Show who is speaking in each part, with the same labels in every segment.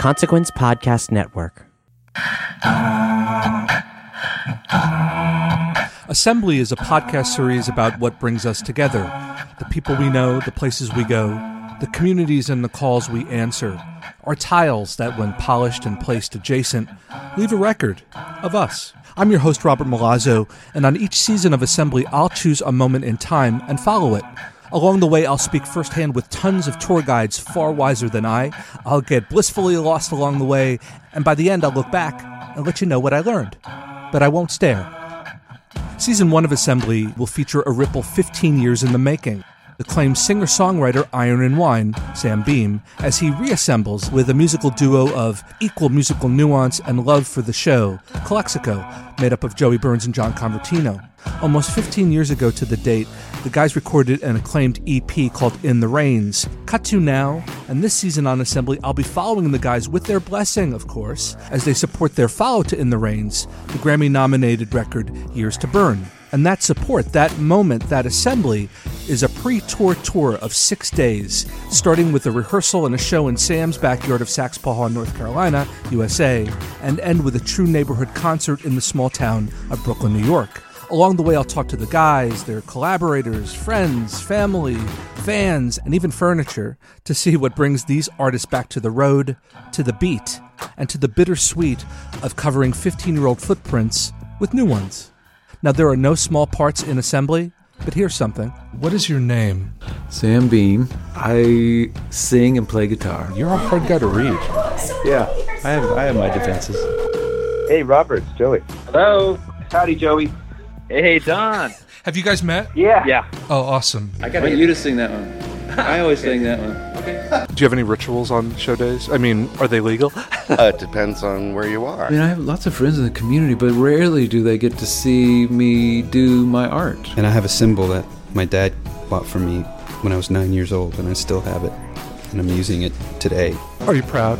Speaker 1: Consequence Podcast Network.
Speaker 2: Assembly is a podcast series about what brings us together the people we know, the places we go, the communities and the calls we answer, our tiles that, when polished and placed adjacent, leave a record of us. I'm your host, Robert Milazzo, and on each season of Assembly, I'll choose a moment in time and follow it. Along the way, I'll speak firsthand with tons of tour guides far wiser than I. I'll get blissfully lost along the way, and by the end, I'll look back and let you know what I learned. But I won't stare. Season 1 of Assembly will feature a ripple 15 years in the making. Acclaimed singer songwriter Iron and Wine, Sam Beam, as he reassembles with a musical duo of equal musical nuance and love for the show, Calexico, made up of Joey Burns and John Convertino. Almost 15 years ago to the date, the guys recorded an acclaimed EP called In the Rains. Cut to now, and this season on Assembly, I'll be following the guys with their blessing, of course, as they support their follow to In the Rains, the Grammy nominated record Years to Burn. And that support, that moment, that assembly is a pre tour tour of six days, starting with a rehearsal and a show in Sam's backyard of Sax Paw, North Carolina, USA, and end with a true neighborhood concert in the small town of Brooklyn, New York. Along the way, I'll talk to the guys, their collaborators, friends, family, fans, and even furniture to see what brings these artists back to the road, to the beat, and to the bittersweet of covering 15 year old footprints with new ones. Now, there are no small parts in assembly, but here's something. What is your name?
Speaker 3: Sam Beam. I sing and play guitar.
Speaker 4: You're a hard guy to read.
Speaker 3: Yeah, I have I have my defenses.
Speaker 5: Hey, Robert, it's Joey.
Speaker 6: Hello.
Speaker 5: Howdy, Joey.
Speaker 6: Hey, Don.
Speaker 2: Have you guys met?
Speaker 5: Yeah.
Speaker 6: Yeah.
Speaker 2: Oh, awesome.
Speaker 3: I got you to sing that one. I always sing that one.
Speaker 4: Do you have any rituals on show days? I mean, are they legal?
Speaker 7: Uh, it depends on where you
Speaker 3: I
Speaker 7: are.
Speaker 3: mean, I have lots of friends in the community, but rarely do they get to see me do my art.
Speaker 8: And I have a symbol that my dad bought for me when I was nine years old, and I still have it. And I'm using it today.
Speaker 4: Are you proud?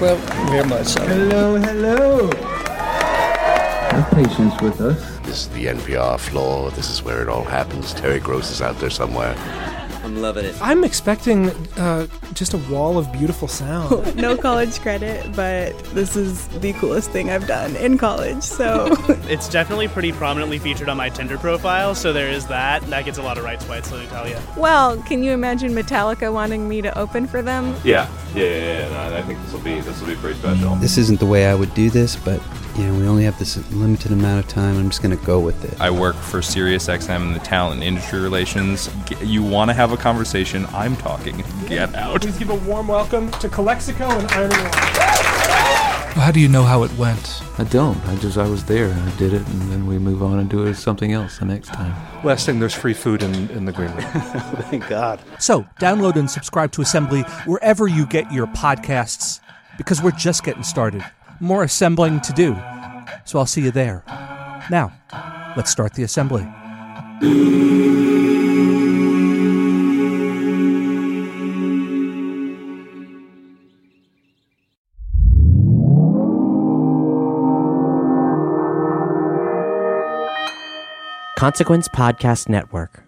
Speaker 8: Well, very much.
Speaker 3: Hello, hello. Have patience with us.
Speaker 7: This is the NPR floor. This is where it all happens. Terry Gross is out there somewhere.
Speaker 8: I'm loving it.
Speaker 9: I'm expecting uh, just a wall of beautiful sound.
Speaker 10: no college credit, but this is the coolest thing I've done in college. So
Speaker 11: It's definitely pretty prominently featured on my Tinder profile, so there is that. That gets a lot of rights bites, let me tell you.
Speaker 10: Well, can you imagine Metallica wanting me to open for them?
Speaker 12: Yeah, yeah, yeah, yeah. No, I think this will be this will be pretty special.
Speaker 8: This isn't the way I would do this, but you know, we only have this limited amount of time. I'm just going to go with it.
Speaker 12: I work for SiriusXM in the talent and industry relations. G- You want to have a conversation? I'm talking. Get out.
Speaker 9: Please give a warm welcome to Calexico and Iron Wine.
Speaker 2: How do you know how it went?
Speaker 3: I don't. I just I was there and I did it, and then we move on and do it something else the next time.
Speaker 4: Last thing, there's free food in, in the green room.
Speaker 7: Thank God.
Speaker 2: So, download and subscribe to Assembly wherever you get your podcasts because we're just getting started. More assembling to do. So, I'll see you there. Now, let's start the assembly.
Speaker 1: Consequence Podcast Network.